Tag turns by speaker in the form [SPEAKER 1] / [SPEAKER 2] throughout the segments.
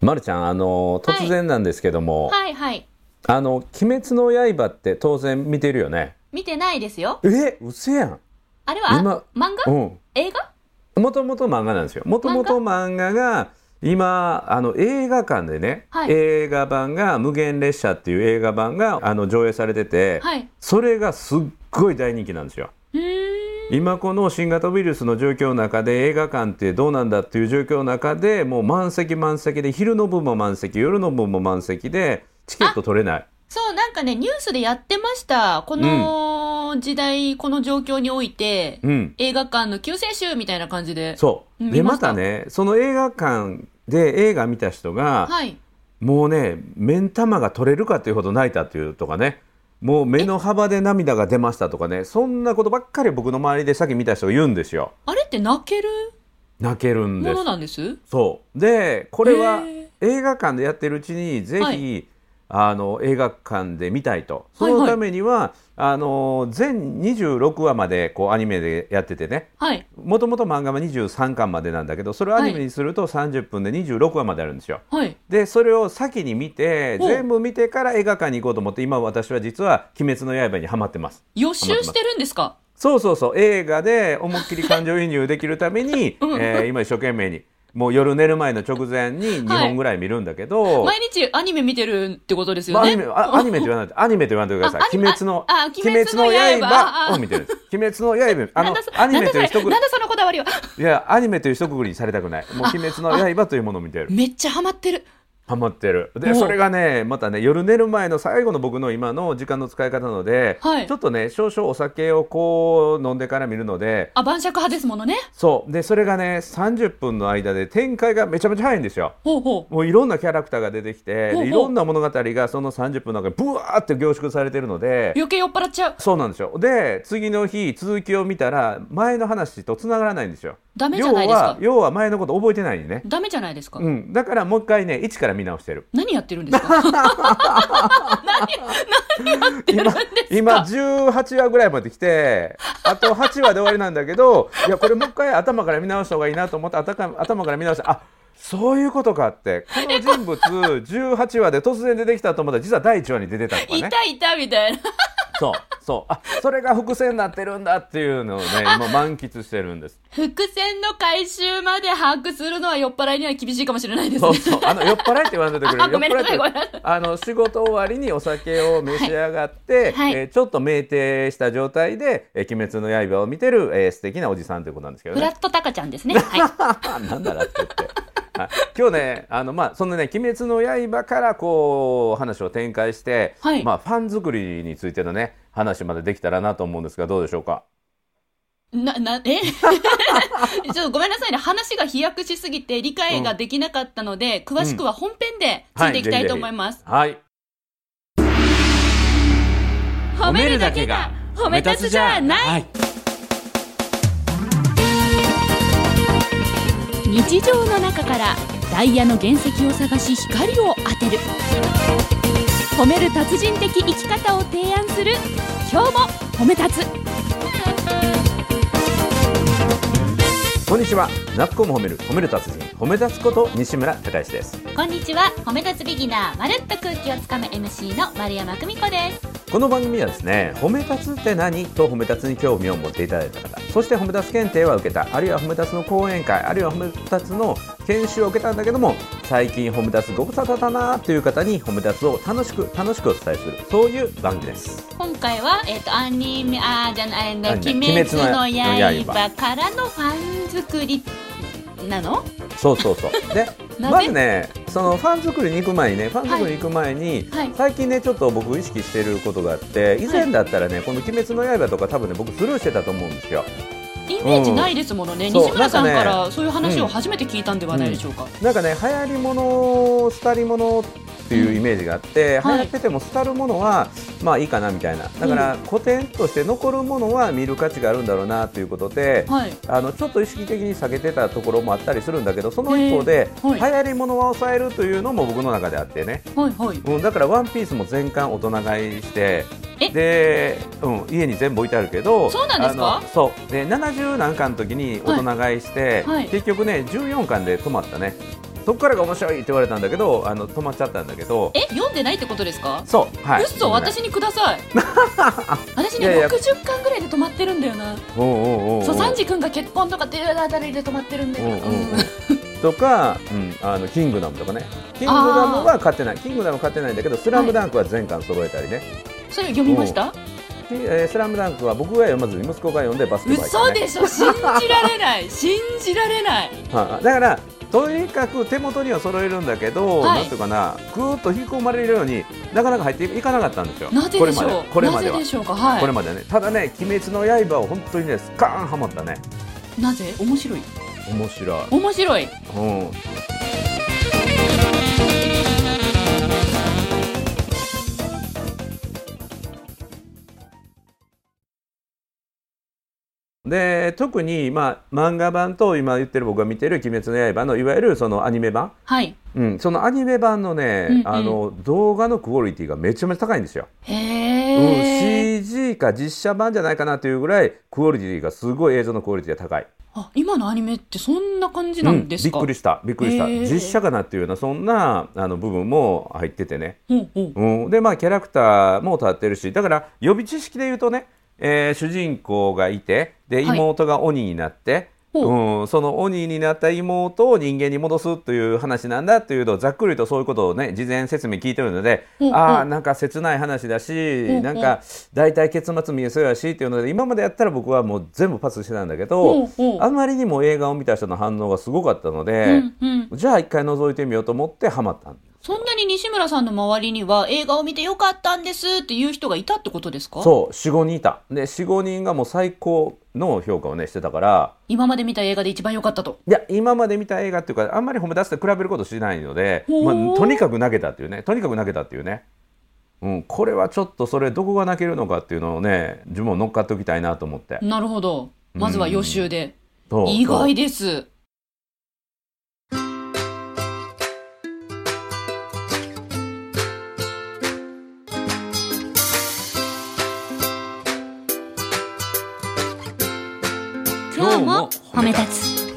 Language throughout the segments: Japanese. [SPEAKER 1] まるちゃんあの
[SPEAKER 2] はい
[SPEAKER 1] 突然なんですけども、
[SPEAKER 2] はいはい。
[SPEAKER 1] あの「鬼滅の刃」って当然見てるよね
[SPEAKER 2] 見てないですよ。
[SPEAKER 1] え嘘やん
[SPEAKER 2] あれは
[SPEAKER 1] 今
[SPEAKER 2] 漫画、
[SPEAKER 1] うん
[SPEAKER 2] 映画
[SPEAKER 1] もともと漫画なんですよもともと漫画が今あの映画館でね、
[SPEAKER 2] はい
[SPEAKER 1] 映画版が「無限列車」っていう映画版があの上映されてて、
[SPEAKER 2] はい。
[SPEAKER 1] それがすっごい大人気なんですよ
[SPEAKER 2] うーん。
[SPEAKER 1] 今この新型ウイルスの状況の中で映画館ってどうなんだっていう状況の中でもう満席満席で昼の分も満席夜の分も満席でチケット取れない
[SPEAKER 2] そう、なんかね、ニュースでやってました。この時代、この状況において、
[SPEAKER 1] うん
[SPEAKER 2] 映画館の救世主みたいな感じで。
[SPEAKER 1] そうで
[SPEAKER 2] 見ま
[SPEAKER 1] ま
[SPEAKER 2] した
[SPEAKER 1] たねその映画館で映画見た人が、
[SPEAKER 2] はい。
[SPEAKER 1] もうね目ん玉が取れるかっていうほど泣いたっていうとかねもう目の幅で涙が出ましたとかねそんなことばっかり僕の周りでさっき見た人が言うんですよ
[SPEAKER 2] あれって泣ける
[SPEAKER 1] 泣けるん
[SPEAKER 2] も
[SPEAKER 1] です
[SPEAKER 2] のなんです
[SPEAKER 1] そうでこれは
[SPEAKER 2] へ
[SPEAKER 1] 映画館でやってるうちにぜひ、
[SPEAKER 2] は
[SPEAKER 1] あの映画館で見たいとそ
[SPEAKER 2] はいはい
[SPEAKER 1] のためには、あの全26話までこうアニメでやっててね
[SPEAKER 2] はい。
[SPEAKER 1] もともと漫画は23巻までなんだけどそれをアニメにすると30分で26話まであるんですよ。
[SPEAKER 2] はい。
[SPEAKER 1] でそれを先に見て
[SPEAKER 2] ほう
[SPEAKER 1] 全部見てから映画館に行こうと思って今私は実は「鬼滅の刃」にハマってます。
[SPEAKER 2] 予習してるんですか
[SPEAKER 1] そうそうそう映画で思いっきり感情移入できるために、
[SPEAKER 2] うん
[SPEAKER 1] えー今一生懸命にもう夜寝る前の直前に2本ぐらい見るんだけど、
[SPEAKER 2] 毎日アニメ見てるってことです
[SPEAKER 1] ま
[SPEAKER 2] よ
[SPEAKER 1] あアニメあ
[SPEAKER 2] ね。
[SPEAKER 1] アニメと言わないでアニメと言わないでください
[SPEAKER 2] あア。ニ
[SPEAKER 1] 鬼滅の
[SPEAKER 2] ああ鬼滅の刃あ
[SPEAKER 1] を見てるんです。鬼滅 の刃あ
[SPEAKER 2] な
[SPEAKER 1] の
[SPEAKER 2] んだそ
[SPEAKER 1] アニメという
[SPEAKER 2] なんだそ
[SPEAKER 1] 一
[SPEAKER 2] れ
[SPEAKER 1] く
[SPEAKER 2] なんだそのこだわりは
[SPEAKER 1] いやアニメという一括りにされたくない。もう鬼滅の刃というものを見てる。
[SPEAKER 2] めっちゃハマってる。
[SPEAKER 1] ハマってるで
[SPEAKER 2] おう
[SPEAKER 1] それがねまたね夜寝る前の最後の僕の今の時間の使い方なので、
[SPEAKER 2] はい
[SPEAKER 1] ちょっとね少々お酒をこう飲んでから見るので
[SPEAKER 2] あ、晩酌派ですものね。
[SPEAKER 1] そうでそれがね30分の間で展開がめちゃめちゃ早いんですよ。
[SPEAKER 2] ほうほ
[SPEAKER 1] もういろんなキャラクターが出てきて
[SPEAKER 2] ほうほう
[SPEAKER 1] でいろんな物語がその30分の中にブワーって凝縮されてるので
[SPEAKER 2] う。余計酔っ払っちゃう。
[SPEAKER 1] そうなんですよで次の日続きを見たら前の話と繋がらないんですよ。
[SPEAKER 2] ダメじゃ
[SPEAKER 1] 要
[SPEAKER 2] ないですか
[SPEAKER 1] は。要は前のこと覚えてないね。
[SPEAKER 2] ダメじゃないですか。
[SPEAKER 1] うん、だからもう一回ね一から見直してる。
[SPEAKER 2] 何やってるんです か何、何やってるんですか
[SPEAKER 1] 今18話ぐらいまで来てあと8話で終わりなんだけどいやこれもう一回頭から見直した方がいいなと思って頭から頭から見直したあそういうことかってこの人物18話で突然出てきたと思ったら実は第1話に出てたとか
[SPEAKER 2] い
[SPEAKER 1] ね
[SPEAKER 2] たいたみたいな。
[SPEAKER 1] そうそうあそれが伏線になってるんだっていうのをね今満喫してるん です
[SPEAKER 2] 伏線の回収まで把握するのは酔っ払いには厳しいかもしれないです
[SPEAKER 1] そう
[SPEAKER 2] ね。
[SPEAKER 1] そうあの酔っ払いって言わんといてくれる
[SPEAKER 2] あごめんなさい
[SPEAKER 1] 酔っ払って
[SPEAKER 2] ごめんなさい
[SPEAKER 1] あの仕事終わりにお酒を召し上がって、
[SPEAKER 2] はいはい
[SPEAKER 1] えーちょっと酩酊した状態で「えー鬼滅の刃」を見てる、えー素敵なおじさんということなんですけど
[SPEAKER 2] フ
[SPEAKER 1] ね
[SPEAKER 2] ラ。ットタカちゃんですね。はい。
[SPEAKER 1] あなんだなって言って。はい今日ね、あのまあそのね「鬼滅の刃」からこう話を展開して、
[SPEAKER 2] はい
[SPEAKER 1] まあファン作りについてのね話までできたらなと思うんですがどうでしょうか。
[SPEAKER 2] な、な、え ちょっとごめんなさいね。話が飛躍しすぎて理解ができなかったので、詳しくは本編でついていきたいと思います。
[SPEAKER 1] はいぜひぜひ。はい。
[SPEAKER 2] 褒め立つじゃない、
[SPEAKER 1] はい。
[SPEAKER 2] 日常の中からダイヤの原石を探し光を当てる褒める達人的生き方を提案する今日も褒め立つ
[SPEAKER 1] こんにちは。なっこも褒める褒める達人褒め立つこと西村孝之です。
[SPEAKER 2] こんにちは褒め立つビギナーまるっと空気をつかむ MC の丸山久美子です
[SPEAKER 1] この番組はですね褒め立つって何と褒め立つに興味を持っていただいた方そして褒め立つ検定は受けたあるいは褒め立つの講演会あるいは褒め立つの研修を受けたんだけども最近褒め立つご無沙汰だなという方に褒め立つを楽しく楽しくお伝えするそういう番組です
[SPEAKER 2] 今回はえっ、とアニメあーじゃないえー
[SPEAKER 1] アニ
[SPEAKER 2] 鬼
[SPEAKER 1] メ
[SPEAKER 2] 滅の
[SPEAKER 1] 鬼滅の
[SPEAKER 2] 刃からのファン作りなの
[SPEAKER 1] そうそうそう で
[SPEAKER 2] なぜ
[SPEAKER 1] まずねそのファン作りに行く前にねファン作りに行く前に、
[SPEAKER 2] はいはい
[SPEAKER 1] 最近ねちょっと僕意識していることがあって以前だったらね、この「鬼滅の刃」とか多分ね僕スルーしてたと思うんですよ。
[SPEAKER 2] イメージないですものね、
[SPEAKER 1] うん
[SPEAKER 2] 西村さん
[SPEAKER 1] そう
[SPEAKER 2] か
[SPEAKER 1] なんから
[SPEAKER 2] そういう話を初めて聞いたんではないでしょうか、
[SPEAKER 1] なんかね流行りもの廃りものっていうイメージがあって、
[SPEAKER 2] はい
[SPEAKER 1] 流行ってても廃るものはまあいいかなみたいなだから古典として残るものは見る価値があるんだろうなということで、
[SPEAKER 2] はい
[SPEAKER 1] あのちょっと意識的に避けてたところもあったりするんだけどその一方で、
[SPEAKER 2] へーはい
[SPEAKER 1] 流行りものは抑えるというのも僕の中であってね、
[SPEAKER 2] はいはい
[SPEAKER 1] うん、だから「ワンピースも全巻大人買いして
[SPEAKER 2] え
[SPEAKER 1] で、うん、家に全部置いてあるけど
[SPEAKER 2] そうなんですか
[SPEAKER 1] あのそうで70何巻の時に大人買いして、
[SPEAKER 2] はいはい
[SPEAKER 1] 結局ね14巻で止まったね。そこからが面白いって言われたんだけどあの止まっちゃったんだけど
[SPEAKER 2] え読んでないってことですか
[SPEAKER 1] そうはい
[SPEAKER 2] 嘘私にくだ さい私
[SPEAKER 1] い
[SPEAKER 2] ね
[SPEAKER 1] やいや
[SPEAKER 2] 60巻ぐらいで止まってるんだよな
[SPEAKER 1] おうおうおうおう
[SPEAKER 2] そうサンジ君が結婚とかっていうあたりで止まってるんだ
[SPEAKER 1] うん
[SPEAKER 2] よ
[SPEAKER 1] うん
[SPEAKER 2] な、
[SPEAKER 1] うんとか、うん、あのキングダムとかねキングダムは勝てないキングダムは勝てないんだけど「スラムダンクは全巻揃えたりね、
[SPEAKER 2] それ読みました
[SPEAKER 1] でえースラムダンクは僕が読まずに息子が読んでバスケバイト、ね、
[SPEAKER 2] 嘘でしょ信じられない信じられない
[SPEAKER 1] はいだからとにかく手元には揃えるんだけど、
[SPEAKER 2] はい
[SPEAKER 1] なんていうかなぐーっと引き込まれるようになかなか入っていかなかったんですよ
[SPEAKER 2] なぜでしょう
[SPEAKER 1] これまではこれまで
[SPEAKER 2] な
[SPEAKER 1] は
[SPEAKER 2] ぜでしょうかは
[SPEAKER 1] これまではねただね「鬼滅の刃」を本当にねスカーンはまったね
[SPEAKER 2] いなぜ面白い
[SPEAKER 1] 面白い、
[SPEAKER 2] 面白い
[SPEAKER 1] うん、で特に、まあ、漫画版と今言ってる僕が見てる「鬼滅の刃」のいわゆるそのアニメ版
[SPEAKER 2] はい
[SPEAKER 1] うん、そのアニメ版のね、
[SPEAKER 2] うんうん
[SPEAKER 1] あの動画のクオリティがめちゃめちゃ高いんですよ、
[SPEAKER 2] へえ、
[SPEAKER 1] うん、CG か実写版じゃないかなというぐらいクオリティがすごい映像のクオリティが高い
[SPEAKER 2] あ今のアニメってそんな感じなんですか、
[SPEAKER 1] うん、びっくりしたびっくりした、
[SPEAKER 2] へー
[SPEAKER 1] 実写かなっていうようなそんなあの部分も入っててね、
[SPEAKER 2] ほうほう
[SPEAKER 1] うん、でまあキャラクターも立ってるしだから予備知識で言うとね、えー主人公がいてで
[SPEAKER 2] はい
[SPEAKER 1] 妹が鬼になって、
[SPEAKER 2] ほう
[SPEAKER 1] うん、その鬼になった妹を人間に戻すという話なんだというのをざっくりとそういうことをね事前説明聞いてるので、
[SPEAKER 2] うんうん
[SPEAKER 1] ああなんか切ない話だし、
[SPEAKER 2] うんうん
[SPEAKER 1] なんか大体結末見えそうやしっていうので今までやったら僕はもう全部パスしてたんだけど、
[SPEAKER 2] うんうん
[SPEAKER 1] あまりにも映画を見た人の反応がすごかったので、
[SPEAKER 2] うんうん、
[SPEAKER 1] じゃあ一回覗いてみようと思ってハマったん
[SPEAKER 2] そんなに西村さんの周りには映画を見てよかったんですっていう人がいたってことですか
[SPEAKER 1] そう45人いたで45人がもう最高の評価をねしてたから
[SPEAKER 2] 今まで見た映画で一番良かったと。
[SPEAKER 1] いや今まで見た映画っていうかあんまり褒め出すと比べることしないので、
[SPEAKER 2] ほ
[SPEAKER 1] ま
[SPEAKER 2] う
[SPEAKER 1] あ、とにかく投げたっていうねとにかく投げたっていうね、うん、これはちょっとそれどこが泣けるのかっていうのをね自分も乗っかっておきたいなと思って、
[SPEAKER 2] なるほど。まずは予習で。
[SPEAKER 1] そう
[SPEAKER 2] 意
[SPEAKER 1] そう
[SPEAKER 2] 外です。
[SPEAKER 1] 今日も褒め立
[SPEAKER 2] つ。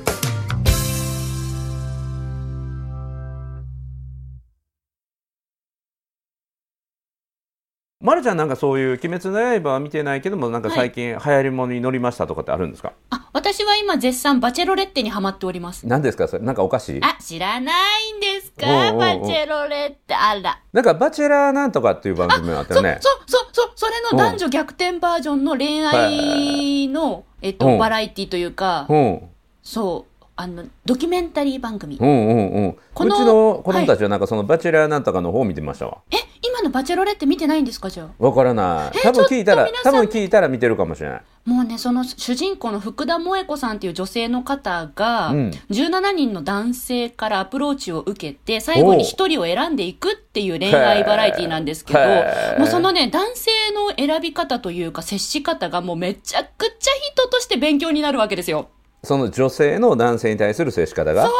[SPEAKER 1] まるちゃんなんかそういう「鬼滅の刃」は見てないけどもなんか最近流行り物に乗りましたとかってあるんですか、
[SPEAKER 2] あ、私は今絶賛バチェロレッテにハマっております。
[SPEAKER 1] 何ですかそれなんかお菓子
[SPEAKER 2] あ、知らないんですか
[SPEAKER 1] おうおうおう
[SPEAKER 2] バチェロレッテ。あら。
[SPEAKER 1] なんか「バチェラーなんとか」っていう番組があったよ
[SPEAKER 2] そう
[SPEAKER 1] ね
[SPEAKER 2] そうそうそう、それの男女逆転バージョンの恋愛の、えっ
[SPEAKER 1] う
[SPEAKER 2] と、
[SPEAKER 1] ん
[SPEAKER 2] バラエティというか
[SPEAKER 1] う、ん
[SPEAKER 2] そう、あの、ドキュメンタリー番組
[SPEAKER 1] う。んうんうんう
[SPEAKER 2] この
[SPEAKER 1] ちの子供たちはなんかその「バチェラーなんとか」の方を見てましたわ
[SPEAKER 2] え、今のバチェロレッテ見てないんですかじゃあ。
[SPEAKER 1] わからない
[SPEAKER 2] え
[SPEAKER 1] 多分聞いたら
[SPEAKER 2] ちょっと
[SPEAKER 1] 多
[SPEAKER 2] 皆さ
[SPEAKER 1] 分
[SPEAKER 2] ん
[SPEAKER 1] 聞いたら見てるかもしれない
[SPEAKER 2] もうね、その主人公の福田萌子さんっていう女性の方が、
[SPEAKER 1] うん
[SPEAKER 2] 17人の男性からアプローチを受けて、最後に一人を選んでいくっていう恋愛バラエティなんですけど
[SPEAKER 1] へー、
[SPEAKER 2] もうそのね、男性の選び方というか接し方がもうめちゃくちゃ人として勉強になるわけですよ。
[SPEAKER 1] その女性の男性に対する接し方が
[SPEAKER 2] そう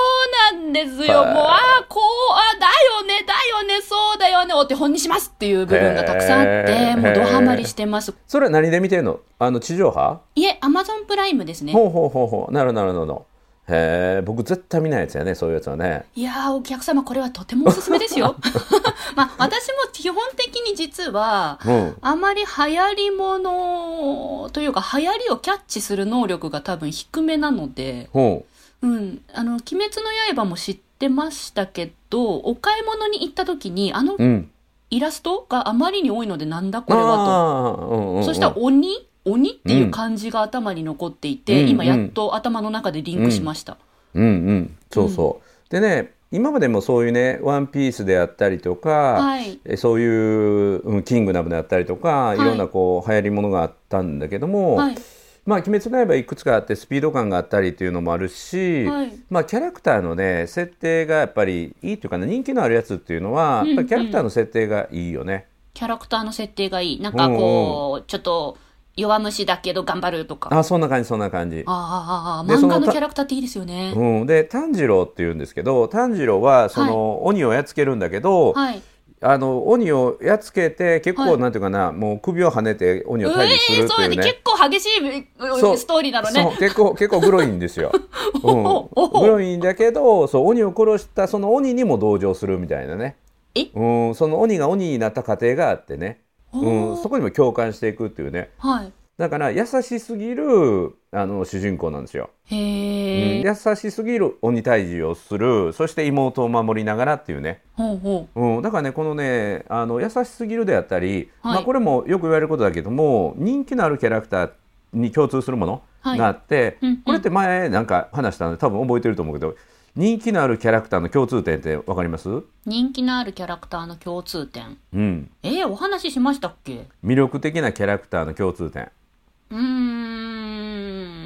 [SPEAKER 2] なんですよ。もう、
[SPEAKER 1] はい
[SPEAKER 2] ああ、こう、あだよね、だよね、そうだよね、お手本にしますっていう部分がたくさんあって
[SPEAKER 1] へ、ー
[SPEAKER 2] もうドハマりしてます。
[SPEAKER 1] それは何で見てるのあの地上波
[SPEAKER 2] いえ、アマゾンプライムですね。
[SPEAKER 1] ほうほうほうほうなるほどなるほどへえ僕絶対見ないやつやねそういうやつはね
[SPEAKER 2] いやー、お客様、これはとてもおすすめ ですよ。まあ、私も基本的に実は、
[SPEAKER 1] うん
[SPEAKER 2] あまり流行りものというか、流行りをキャッチする能力が多分低めなので、
[SPEAKER 1] ほ
[SPEAKER 2] うん、あの、鬼滅の刃も知ってましたけど、お買い物に行った時に、あの
[SPEAKER 1] ううん
[SPEAKER 2] イラストがあまりに多いので、なんだこ
[SPEAKER 1] あ
[SPEAKER 2] れは
[SPEAKER 1] あーうんうんう
[SPEAKER 2] と。
[SPEAKER 1] ん
[SPEAKER 2] そしたら、鬼鬼っていう漢字が頭に残っていて、
[SPEAKER 1] うん
[SPEAKER 2] 今やっと頭の中でリンクしました。
[SPEAKER 1] うんうんそうそう、でね今までもそういうね「ワンピースであったりとか、
[SPEAKER 2] はい。
[SPEAKER 1] えそういううん「キングダム」であったりとか、
[SPEAKER 2] い
[SPEAKER 1] い、ろんなこう流行りものがあったんだけども、
[SPEAKER 2] はい。
[SPEAKER 1] まあ「鬼滅の刃」いくつかあってスピード感があったりっていうのもあるし、
[SPEAKER 2] はい
[SPEAKER 1] まあ、キャラクターのね設定がやっぱりいいというかね人気のあるやつっていうのは、
[SPEAKER 2] うん
[SPEAKER 1] やっぱりキャラクターの設定がいいよね。
[SPEAKER 2] キャラクターの設定がいい。なんかこう、ちょっと弱虫だけど頑張るとか。あ
[SPEAKER 1] あそんな感じそんな感じ。
[SPEAKER 2] あ、ああ、
[SPEAKER 1] で
[SPEAKER 2] 漫画
[SPEAKER 1] その
[SPEAKER 2] の
[SPEAKER 1] た
[SPEAKER 2] キャラクターっていいですよね。
[SPEAKER 1] うん、で炭治郎っていうんですけど炭治郎はその、鬼をやっつけるんだけど、
[SPEAKER 2] はい。
[SPEAKER 1] あの鬼をやっつけて結構、
[SPEAKER 2] はい
[SPEAKER 1] なんていうかなもう首をはねて鬼を
[SPEAKER 2] う
[SPEAKER 1] 退治す
[SPEAKER 2] え
[SPEAKER 1] る
[SPEAKER 2] ー、
[SPEAKER 1] と
[SPEAKER 2] そう
[SPEAKER 1] いう
[SPEAKER 2] やね
[SPEAKER 1] ね。
[SPEAKER 2] 結構激しい
[SPEAKER 1] そう
[SPEAKER 2] ストーリーなのね
[SPEAKER 1] そう結構結構グロいんです よ。う
[SPEAKER 2] おお
[SPEAKER 1] ん、グロいんだけどそう鬼を殺したその鬼にも同情するみたいなね
[SPEAKER 2] え、
[SPEAKER 1] うん、その鬼が鬼になった過程があってね、う
[SPEAKER 2] お
[SPEAKER 1] ん、
[SPEAKER 2] ー
[SPEAKER 1] そこにも共感していくっていうね
[SPEAKER 2] はい
[SPEAKER 1] だから優しすぎるあの主人公なんですよ、うん
[SPEAKER 2] へえ、
[SPEAKER 1] 優しすぎる鬼退治をするそして妹を守りながらっていうね、
[SPEAKER 2] ほうほ
[SPEAKER 1] うん、だからねこのねあの優しすぎるであったり、
[SPEAKER 2] はい
[SPEAKER 1] まあ、これもよく言われることだけども人気のあるキャラクターに共通するもの
[SPEAKER 2] はい
[SPEAKER 1] があって、
[SPEAKER 2] うんうん
[SPEAKER 1] これって前なんか話したので多分覚えてると思うけど人気のあるキャラクターの共通点ってわかります、
[SPEAKER 2] う人気のあるキャラクターの共通点
[SPEAKER 1] うん、
[SPEAKER 2] えー、お話ししましたっけ
[SPEAKER 1] 魅力的なキャラクターの共通点
[SPEAKER 2] うー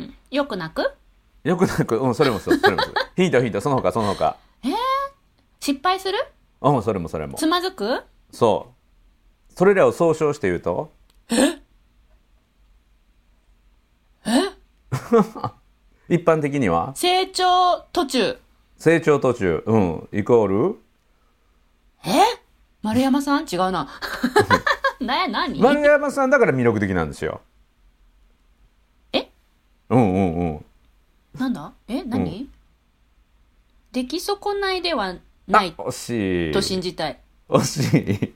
[SPEAKER 2] んよく泣く
[SPEAKER 1] よくなく、うん、それもそうそれもそう ヒントヒントその他その他
[SPEAKER 2] 失敗する
[SPEAKER 1] うんそれもそれも
[SPEAKER 2] つまずく
[SPEAKER 1] そうそれらを総称して言うとえ 一般的には
[SPEAKER 2] 成長途中
[SPEAKER 1] 成長途中、うん、イコール
[SPEAKER 2] 丸山さん違うな な何
[SPEAKER 1] 丸山さんだから魅力的なんですよ。
[SPEAKER 2] え
[SPEAKER 1] うんうんうん。
[SPEAKER 2] なんだえ何、出来損ないでは
[SPEAKER 1] あ
[SPEAKER 2] ない
[SPEAKER 1] 惜しい。
[SPEAKER 2] と信じたい
[SPEAKER 1] 惜しい。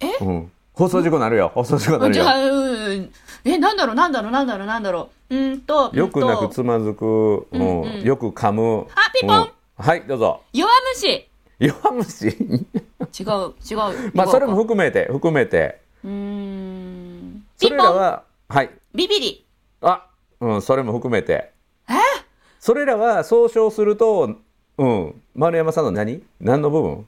[SPEAKER 1] え、うん、放送事故なるよ。放送事故なる
[SPEAKER 2] じ
[SPEAKER 1] よ
[SPEAKER 2] ゃ。あうんえなんだろうなんだろうなんだろうなんだろううーんと
[SPEAKER 1] よくな
[SPEAKER 2] うーん
[SPEAKER 1] く
[SPEAKER 2] と
[SPEAKER 1] つまずく、うんん
[SPEAKER 2] うん
[SPEAKER 1] よく噛む。
[SPEAKER 2] あピンポン
[SPEAKER 1] うんはい、どうぞ。
[SPEAKER 2] 弱 虫
[SPEAKER 1] 弱虫
[SPEAKER 2] 違う違う
[SPEAKER 1] まあ、
[SPEAKER 2] 違う
[SPEAKER 1] それも含めて、含めて。
[SPEAKER 2] うーん
[SPEAKER 1] そ
[SPEAKER 2] ピン
[SPEAKER 1] れ
[SPEAKER 2] ポ
[SPEAKER 1] ら
[SPEAKER 2] ン
[SPEAKER 1] は、はい。
[SPEAKER 2] ビビリ
[SPEAKER 1] あ、うん、それも含めて。
[SPEAKER 2] え
[SPEAKER 1] それらは総称すると、うん、丸山さんの何何の部分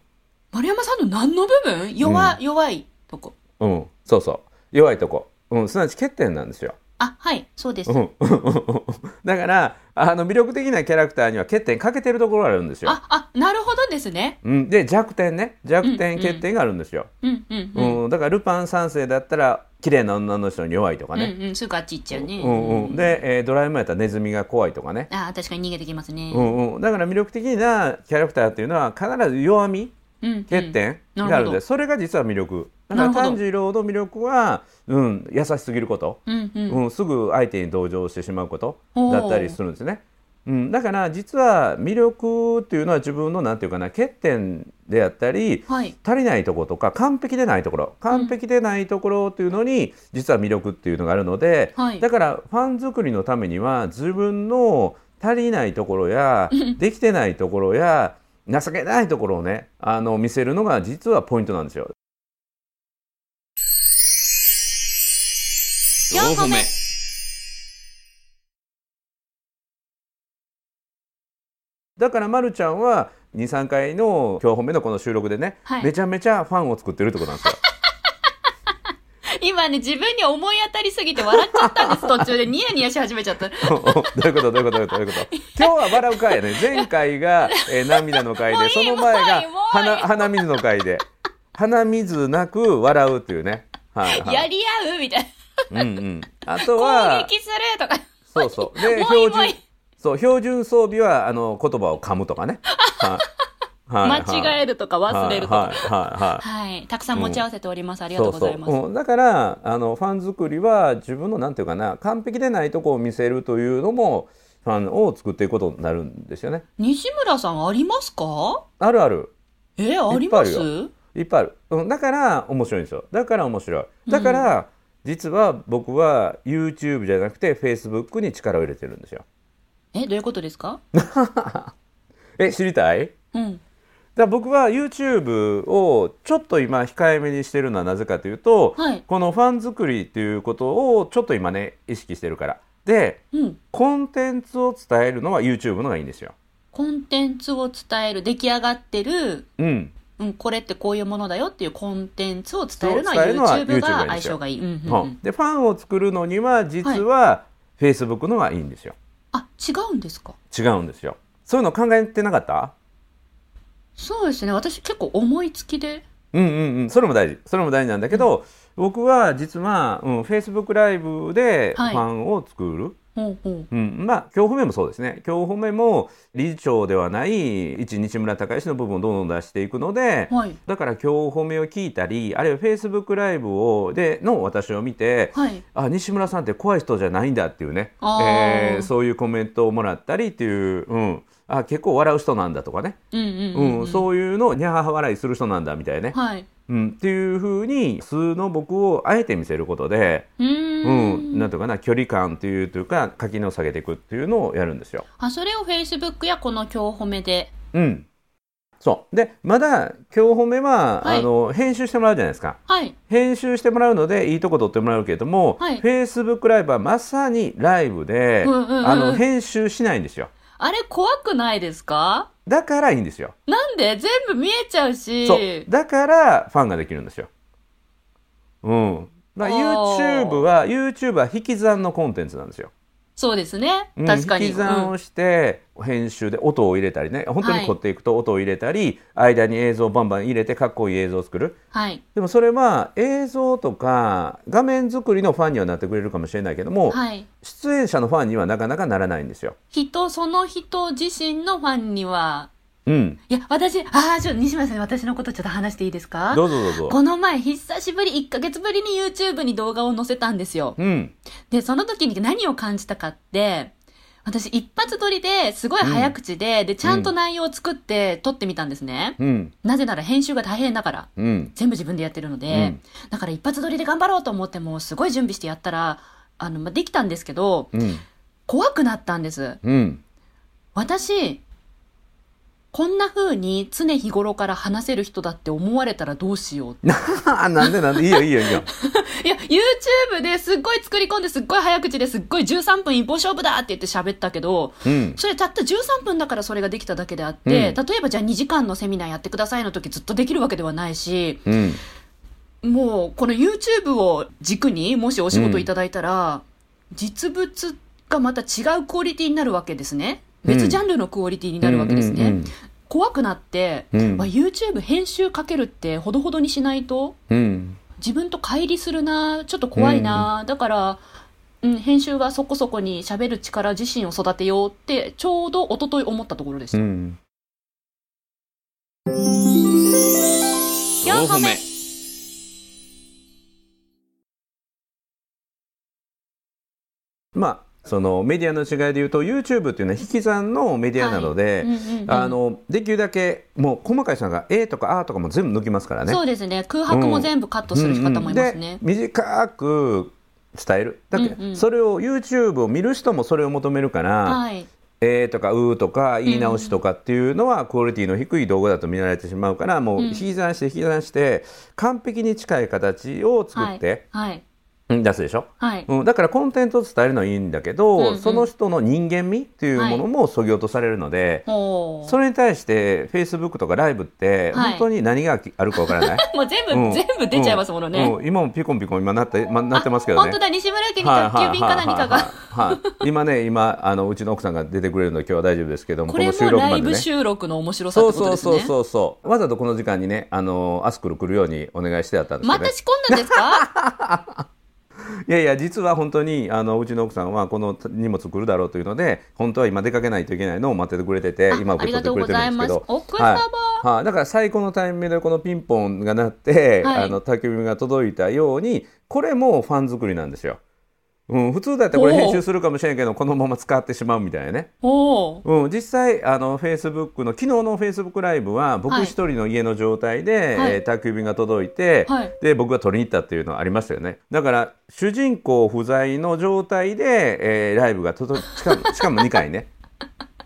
[SPEAKER 2] 丸山さんの何の部分弱、弱いとこ
[SPEAKER 1] うん、そうそう。弱いとこ。うん、すなわち欠点なんですよ。
[SPEAKER 2] あはいそうです、
[SPEAKER 1] うん、 だから、あの、魅力的なキャラクターには欠点欠けてるところがあるんですよ。
[SPEAKER 2] ああなるほどですね
[SPEAKER 1] うん、で、弱点ね。弱
[SPEAKER 2] うん
[SPEAKER 1] 点、欠点があるんですよ。
[SPEAKER 2] うんうん
[SPEAKER 1] う
[SPEAKER 2] うん
[SPEAKER 1] ん、だから、ルパン三世だったら、綺麗な女の人に弱いとかね。
[SPEAKER 2] うんうんすぐあっち行っちゃうね、
[SPEAKER 1] うん、うん、で、えードラえもんやったらネズミが怖いとかね。
[SPEAKER 2] あ確かに逃げてきますね、
[SPEAKER 1] うんうん、だから魅力的なキャラクターっていうのは必ず弱み
[SPEAKER 2] うんうん
[SPEAKER 1] 欠点
[SPEAKER 2] う
[SPEAKER 1] があ
[SPEAKER 2] ん
[SPEAKER 1] る
[SPEAKER 2] なる
[SPEAKER 1] の
[SPEAKER 2] ほ
[SPEAKER 1] で、
[SPEAKER 2] ど
[SPEAKER 1] それが実は魅力だ
[SPEAKER 2] な
[SPEAKER 1] から
[SPEAKER 2] るほ
[SPEAKER 1] 炭
[SPEAKER 2] ど
[SPEAKER 1] 治郎の魅力は、うん、優しすぎること、
[SPEAKER 2] うんうん
[SPEAKER 1] うんすぐ相手に同情してしまうこと
[SPEAKER 2] おー
[SPEAKER 1] だったりするんですね、うん、だから実は魅力っていうのは自分のなんていうかな欠点であったり
[SPEAKER 2] はい
[SPEAKER 1] 足りないところとか完璧でないところ完璧でないところっていうのに実は魅力っていうのがあるので、
[SPEAKER 2] はい
[SPEAKER 1] だからファン作りのためには自分の足りないところやできてないところや情けないところをねあの見せるのが実はポイントなんですよ。
[SPEAKER 2] 4個目
[SPEAKER 1] だからまるちゃんは23回の今日褒めのこの収録でね、
[SPEAKER 2] はい
[SPEAKER 1] めちゃめちゃファンを作ってるってことなんですよ。
[SPEAKER 2] 今ね自分に思い当たりすぎて笑っちゃったんです途中でニヤニヤし始めちゃった
[SPEAKER 1] どういうことどういうことどういうこと今日は笑う回やね前回が、えー涙の回
[SPEAKER 2] もうい
[SPEAKER 1] で
[SPEAKER 2] い
[SPEAKER 1] その前が
[SPEAKER 2] もういいもういい
[SPEAKER 1] 花花水の回で鼻水なく笑うっていうね。はいはい、
[SPEAKER 2] やり合うみたい
[SPEAKER 1] うんうん、あと
[SPEAKER 2] な
[SPEAKER 1] は
[SPEAKER 2] 攻撃するとか
[SPEAKER 1] そうそうで
[SPEAKER 2] もういい
[SPEAKER 1] 標
[SPEAKER 2] もういい
[SPEAKER 1] 準そう標準装備はあの言葉を噛むとか ね。はいはいはい
[SPEAKER 2] 間違えるとか忘れるとか
[SPEAKER 1] はいはいはいはい
[SPEAKER 2] はいたくさん持ち合わせております、ありが
[SPEAKER 1] そ
[SPEAKER 2] と
[SPEAKER 1] う
[SPEAKER 2] う
[SPEAKER 1] そ
[SPEAKER 2] ござ
[SPEAKER 1] う
[SPEAKER 2] います
[SPEAKER 1] うん、だからあのファン作りは自分のなんていうかな完璧でないとこを見せるというのもファンを作っていくことになるんですよね。
[SPEAKER 2] 西村さんありますか
[SPEAKER 1] あるある
[SPEAKER 2] えありま
[SPEAKER 1] いっ
[SPEAKER 2] す
[SPEAKER 1] ぱいあいっぱいある、うん、だから面白いんですよだから面白いだから、実は僕は YouTube じゃなくて Facebook に力を入れてるんですよ。
[SPEAKER 2] えどういうことですか
[SPEAKER 1] え知りたい
[SPEAKER 2] うん
[SPEAKER 1] だから僕は YouTube をちょっと今控えめにしてるのはなぜかというと、
[SPEAKER 2] はい
[SPEAKER 1] このファン作りっていうことをちょっと今ね意識してるから。で
[SPEAKER 2] うん
[SPEAKER 1] コンテンツを伝えるのは YouTube のがいいんですよ。
[SPEAKER 2] コンテンツを伝える出来上がってる、
[SPEAKER 1] うん。
[SPEAKER 2] うん、これってこういうものだよっていうコンテンツを伝えるのは
[SPEAKER 1] そう伝えるのは
[SPEAKER 2] YouTube
[SPEAKER 1] YouTube
[SPEAKER 2] が
[SPEAKER 1] がいいん
[SPEAKER 2] 相
[SPEAKER 1] ですよ
[SPEAKER 2] 性がいい、うんうん
[SPEAKER 1] は
[SPEAKER 2] う
[SPEAKER 1] い
[SPEAKER 2] ん、
[SPEAKER 1] でファンを作るのには実は Facebook のがいいんですよ。
[SPEAKER 2] あ違うんですか
[SPEAKER 1] 違うんですよ。そういうの考えてなかった
[SPEAKER 2] そうですね私結構思いつきで
[SPEAKER 1] うんうんうん、それも大事それも大事なんだけど、僕は実は、うん、Facebook ライブでフ
[SPEAKER 2] はい
[SPEAKER 1] ァンを作る、
[SPEAKER 2] ほうほう
[SPEAKER 1] うん、まあ教褒めもそうですね教褒めも理事長ではない一日村隆之の部分をどんどん出していくので、
[SPEAKER 2] はい
[SPEAKER 1] だから教褒めを聞いたりあるいは Facebook ライブをでの私を見て、
[SPEAKER 2] はい
[SPEAKER 1] あ西村さんって怖い人じゃないんだっていうね、
[SPEAKER 2] あー
[SPEAKER 1] えーそういうコメントをもらったりっていう、うん、あ結構笑う人なんだとかね、
[SPEAKER 2] うんうん
[SPEAKER 1] うん
[SPEAKER 2] うん
[SPEAKER 1] そういうのをにゃはは笑いする人なんだみたいなね、
[SPEAKER 2] はい
[SPEAKER 1] うん、っていうふうに素の僕をあえて見せることで、
[SPEAKER 2] うー
[SPEAKER 1] うん
[SPEAKER 2] ん
[SPEAKER 1] なんていうかな距離感というというか垣根を下げていくっていうのをやるんですよ。
[SPEAKER 2] あそれをフェイスブックやこの今日褒めで
[SPEAKER 1] うんそうでまだ今日褒めは、
[SPEAKER 2] はい
[SPEAKER 1] あの編集してもらうじゃないですか。
[SPEAKER 2] はい
[SPEAKER 1] 編集してもらうのでいいとこ撮ってもらうけれども、
[SPEAKER 2] はい
[SPEAKER 1] Facebook ライブはまさにライブで、
[SPEAKER 2] うんうんうん
[SPEAKER 1] あの編集しないんですよ
[SPEAKER 2] あれ怖くないですか
[SPEAKER 1] だからいいんですよ、
[SPEAKER 2] なんで全部見えちゃうし
[SPEAKER 1] そうだからファンができるんですようんだから
[SPEAKER 2] おー
[SPEAKER 1] YouTube は YouTube は引き算のコンテンツなんですよ
[SPEAKER 2] そうですね
[SPEAKER 1] うん
[SPEAKER 2] 確かに、
[SPEAKER 1] 引き算
[SPEAKER 2] うん
[SPEAKER 1] をして編集で音を入れたりね本当
[SPEAKER 2] は
[SPEAKER 1] に
[SPEAKER 2] い
[SPEAKER 1] 凝っていくと音を入れたり、間に映像をバンバン入れてかっこいい映像を作る
[SPEAKER 2] はい
[SPEAKER 1] でもそれは映像とか画面作りのファンにはなってくれるかもしれないけども、
[SPEAKER 2] はい
[SPEAKER 1] 出演者のファンにはなかなかならないんですよ。
[SPEAKER 2] 人その人自身のファンには
[SPEAKER 1] うん、
[SPEAKER 2] いや私ああちょっと西村さん私のことちょっと話していいですか
[SPEAKER 1] どうぞどうぞ。
[SPEAKER 2] この前久しぶり1ヶ月ぶりに YouTube に動画を載せたんですよ
[SPEAKER 1] うん、
[SPEAKER 2] でその時に何を感じたかって私一発撮りですごい早口で、でちゃんと内容を作って撮ってみたんですね、
[SPEAKER 1] うん、
[SPEAKER 2] なぜなら編集が大変だから
[SPEAKER 1] うん、
[SPEAKER 2] 全部自分でやってるので、
[SPEAKER 1] うん
[SPEAKER 2] だから一発撮りで頑張ろうと思ってもすごい準備してやったらあの、まあ、できたんですけど
[SPEAKER 1] うん、
[SPEAKER 2] 怖くなったんです
[SPEAKER 1] うん。
[SPEAKER 2] 私こんな風に常日頃から話せる人だって思われたらどうしよう
[SPEAKER 1] なあ、なんでなんで、いいよいいよいいよ。
[SPEAKER 2] いや、YouTube ですっごい作り込んですっごい早口ですっごい13分一本勝負だって言って喋ったけど、
[SPEAKER 1] うん、
[SPEAKER 2] それたった13分だからそれができただけであって、
[SPEAKER 1] うん
[SPEAKER 2] 例えばじゃあ2時間のセミナーやってくださいの時ずっとできるわけではないし、
[SPEAKER 1] うん、
[SPEAKER 2] もうこの YouTube を軸にもしお仕事いただいたら、実物がまた違うクオリティになるわけですね。別ジャンルのクオリティになるわけです
[SPEAKER 1] う
[SPEAKER 2] ね。
[SPEAKER 1] んうん
[SPEAKER 2] 怖くなって、
[SPEAKER 1] うん
[SPEAKER 2] まあ、YouTube 編集かけるってほどほどにしないと
[SPEAKER 1] うん、
[SPEAKER 2] 自分と乖離するなちょっと怖いな、だから、うん、編集はそこそこに喋る力自身を育てようってちょうど一昨日思ったところで
[SPEAKER 1] う
[SPEAKER 2] す、
[SPEAKER 1] ん。
[SPEAKER 2] 四歩目
[SPEAKER 1] まあ、そのメディアの違いで言うと、YouTube っていうのは引き算のメディアなので。
[SPEAKER 2] はいうんうんうん
[SPEAKER 1] あの、できるだけ、もう細かい差が A とか R とかも全部抜きますからね。
[SPEAKER 2] そうですね空白も全部カットする方もいますね、
[SPEAKER 1] うんうんで短く伝えるだけ、
[SPEAKER 2] うんうん
[SPEAKER 1] それを YouTube を見る人もそれを求めるから「
[SPEAKER 2] はい
[SPEAKER 1] えー」とか「うー」とか言い直しとかっていうのはクオリティの低い動画だと見られてしまうからもう引き算して引き算して完璧に近い形を作って
[SPEAKER 2] はいはい
[SPEAKER 1] うん出すでしょ、
[SPEAKER 2] はい
[SPEAKER 1] うん、だからコンテンツを伝えるのはいいんだけど、
[SPEAKER 2] うんうん
[SPEAKER 1] その人の人間味っていうものもそぎ落とされるので、
[SPEAKER 2] おー
[SPEAKER 1] それに対して Facebook とかライブって
[SPEAKER 2] はい
[SPEAKER 1] 本当に何があるかわからない。
[SPEAKER 2] もう全部、
[SPEAKER 1] うん
[SPEAKER 2] 全部出ちゃいますものね、
[SPEAKER 1] うんうん今もピコンピコン今なって、ま、なってますけど
[SPEAKER 2] あ
[SPEAKER 1] ね。
[SPEAKER 2] 本当だ西村家に
[SPEAKER 1] はい
[SPEAKER 2] 宅急便か何か
[SPEAKER 1] はいは
[SPEAKER 2] が
[SPEAKER 1] いはいはい今ね今あのうちの奥さんが出てくれるので今日は大丈夫ですけども
[SPEAKER 2] これ
[SPEAKER 1] の収
[SPEAKER 2] も
[SPEAKER 1] 録ま
[SPEAKER 2] ラ
[SPEAKER 1] で
[SPEAKER 2] イブ
[SPEAKER 1] ね
[SPEAKER 2] 収録の面白さっ
[SPEAKER 1] そ
[SPEAKER 2] て
[SPEAKER 1] う
[SPEAKER 2] こと
[SPEAKER 1] そう
[SPEAKER 2] です
[SPEAKER 1] そうそ
[SPEAKER 2] ね
[SPEAKER 1] うそうわざとこの時間にねあのアスクル来るようにお願いしてあったんですけ
[SPEAKER 2] ま
[SPEAKER 1] ど、
[SPEAKER 2] た
[SPEAKER 1] ね
[SPEAKER 2] 仕込んだんですか
[SPEAKER 1] いやいや実は本当にあのうちの奥さんはこの荷物来るだろうというので本当は今出かけないといけないのを待っててくれてて
[SPEAKER 2] あ
[SPEAKER 1] 今受け取ってくれてるんですけ
[SPEAKER 2] あ
[SPEAKER 1] ど
[SPEAKER 2] りがとうございます奥様
[SPEAKER 1] はいはいだから最高のタイミングでこのピンポンが鳴って、
[SPEAKER 2] はい
[SPEAKER 1] あの焚き火が届いたようにこれもファン作りなんですよ。うん、普通だったらこれ編集するかもしれんけどこのまま使ってしまうみたいなね。
[SPEAKER 2] おー
[SPEAKER 1] うん、実際あの Facebook の昨日の Facebook ライブは僕
[SPEAKER 2] はい
[SPEAKER 1] 一人の家の状態で、
[SPEAKER 2] はい
[SPEAKER 1] えー宅急便が届いて、
[SPEAKER 2] はい
[SPEAKER 1] で僕が取りに行ったっていうのはありましたよねだから主人公不在の状態で、えーライブが届くしかもしかも2回 ね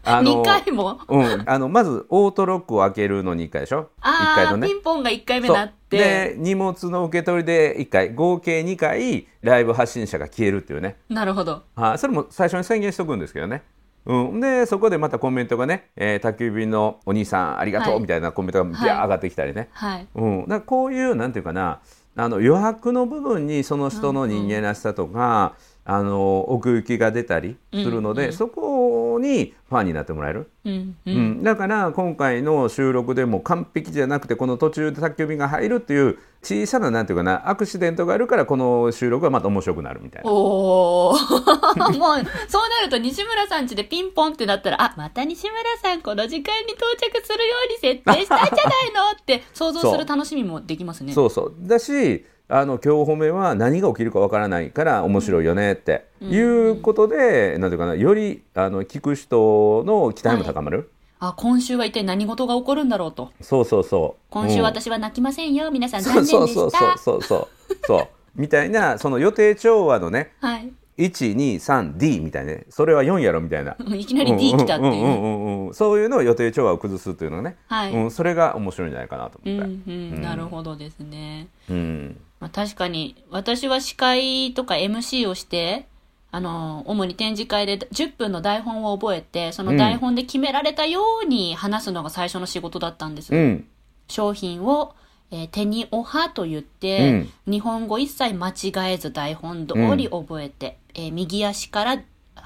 [SPEAKER 1] あ
[SPEAKER 2] 2回も
[SPEAKER 1] うん、あのまずオートロックを開けるのに1回でしょ1
[SPEAKER 2] あ
[SPEAKER 1] 回
[SPEAKER 2] あ、
[SPEAKER 1] のね
[SPEAKER 2] ピンポンが1回目
[SPEAKER 1] そう
[SPEAKER 2] なって。
[SPEAKER 1] で荷物の受け取りで1回合計2回ライブ発信者が消えるっていうね
[SPEAKER 2] なるほど。
[SPEAKER 1] はい、それも最初に宣言しとくんですけどね。うん、でそこでまたコメントがね、えー宅急便のお兄さんありがと
[SPEAKER 2] は
[SPEAKER 1] う
[SPEAKER 2] い
[SPEAKER 1] みたいなコメントがビャー上がってきたりね、
[SPEAKER 2] はい。
[SPEAKER 1] うん、だからこういうなんていうかなあの余白の部分にその人の人間らしさとか、あの奥行きが出たりするので、
[SPEAKER 2] うんうん
[SPEAKER 1] そこ当にファンになってもらえる、
[SPEAKER 2] うん
[SPEAKER 1] う
[SPEAKER 2] う
[SPEAKER 1] んんだから今回の収録でも完璧じゃなくてこの途中で宅急便が入るっていう小さななんていうかなアクシデントがあるからこの収録はまた面白くなるみたいな。
[SPEAKER 2] おお もう、そうなると西村さん家でピンポンってなったら、あ、また西村さんこの時間に到着するように設定したんじゃないの って想像する楽しみもできますね。
[SPEAKER 1] そうそうだしあの今日褒めは何が起きるかわからないから面白いよねって、いうことでなんていうかなよりあの聞く人の期待も高まる、
[SPEAKER 2] あ、今週は一体何事が起こるんだろうと。
[SPEAKER 1] そうそうそう
[SPEAKER 2] 今
[SPEAKER 1] う
[SPEAKER 2] 週
[SPEAKER 1] ん
[SPEAKER 2] 私は泣きませんよ。皆さん
[SPEAKER 1] そう
[SPEAKER 2] 残念
[SPEAKER 1] そう
[SPEAKER 2] でした。
[SPEAKER 1] そうそうそうそうそうみたいなその予定調和のね
[SPEAKER 2] はい。
[SPEAKER 1] 123D みたいなねそれは4やろみたいな。
[SPEAKER 2] うんいきなり D 来たって
[SPEAKER 1] んうん
[SPEAKER 2] いう。
[SPEAKER 1] うんうんうんそういうのを予定調和を崩すっていうのがね、
[SPEAKER 2] はい
[SPEAKER 1] うん、それが面白いんじゃないかなと
[SPEAKER 2] う
[SPEAKER 1] 思
[SPEAKER 2] ん
[SPEAKER 1] って、
[SPEAKER 2] うん、なるほどですね。
[SPEAKER 1] うん、
[SPEAKER 2] まあ、確かに、私は司会とか MC をして、あの、主に展示会で10分の台本を覚えて、その台本で決められたように話すのが最初の仕事だったんです。
[SPEAKER 1] うん、
[SPEAKER 2] 商品を、えー手におはと言って、日本語一切間違えず台本通り覚えて、えー右足から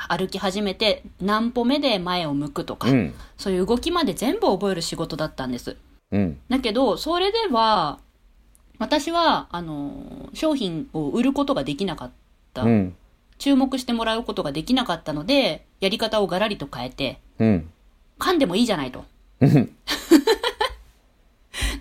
[SPEAKER 2] 歩き始めて何歩目で前を向くとか、
[SPEAKER 1] うん、
[SPEAKER 2] そういう動きまで全部覚える仕事だったんです。
[SPEAKER 1] うん、
[SPEAKER 2] だけど、それでは、私は、あの、商品を売ることができなかった。
[SPEAKER 1] うん、
[SPEAKER 2] 注目してもらうことができなかったので、やり方をガラリと変えて、
[SPEAKER 1] うん、
[SPEAKER 2] 噛んでもいいじゃないと。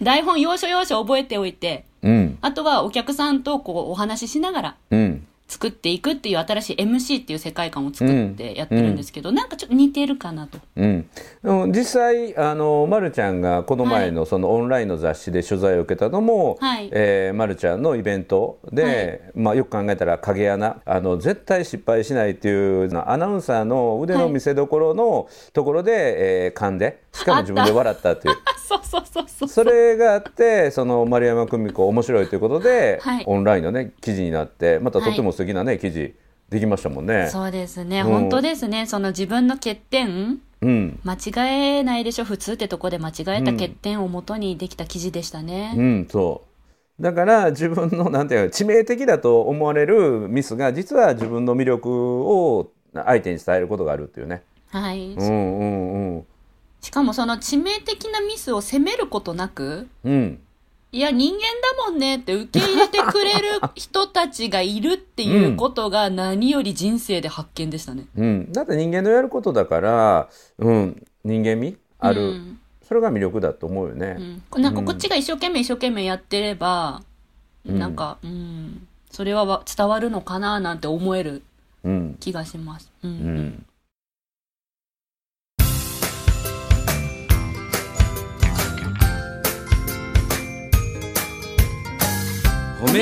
[SPEAKER 2] 台本要所要所覚えておいて、
[SPEAKER 1] うん、
[SPEAKER 2] あとはお客さんとこうお話ししながら
[SPEAKER 1] うん。
[SPEAKER 2] 作っていくっていう新しい MC っていう世界観を作ってやってるんですけど、なんかちょっと似てるかなと。
[SPEAKER 1] うん、でも実際あの、ま、るちゃんがこの前のそのオンラインの雑誌で取材を受けたのも、
[SPEAKER 2] はい
[SPEAKER 1] えーま、るちゃんのイベントで、まあ、よく考えたら影穴あの絶対失敗しないっていうアナウンサーの腕の見せ所のところで、えー噛んでしかも自分で笑ったっていう。
[SPEAKER 2] あ、そうそうそうそう。
[SPEAKER 1] それがあってその丸山久美子面白いということで、
[SPEAKER 2] はい
[SPEAKER 1] オンラインのね記事になってまたとても素敵なね記事できましたもんね。
[SPEAKER 2] そうですね、
[SPEAKER 1] うん
[SPEAKER 2] 本当ですね。その自分の欠点
[SPEAKER 1] うん、
[SPEAKER 2] 間違えないでしょ普通ってとこで間違えた欠点をもとにできた記事でしたね、
[SPEAKER 1] うん、そう。だから自分のなんていうか致命的だと思われるミスが実は自分の魅力を相手に伝えることがあるっていうね。
[SPEAKER 2] はい、
[SPEAKER 1] うんうんうん
[SPEAKER 2] しかもその致命的なミスを責めることなく
[SPEAKER 1] うん
[SPEAKER 2] いや人間だもんねって受け入れてくれる人たちがいるっていうことが何より人生で発見でしたね、
[SPEAKER 1] うん。だって人間のやることだから、うん、人間味ある、
[SPEAKER 2] うん
[SPEAKER 1] それが魅力だと思うよ
[SPEAKER 2] う
[SPEAKER 1] ね。
[SPEAKER 2] んなんかこっちが一生懸命一生懸命やってれば、
[SPEAKER 1] うん
[SPEAKER 2] なんかうんそれはわ伝わるのかななんて思える
[SPEAKER 1] うん、
[SPEAKER 2] 気がします、うん
[SPEAKER 1] うん、褒
[SPEAKER 2] 褒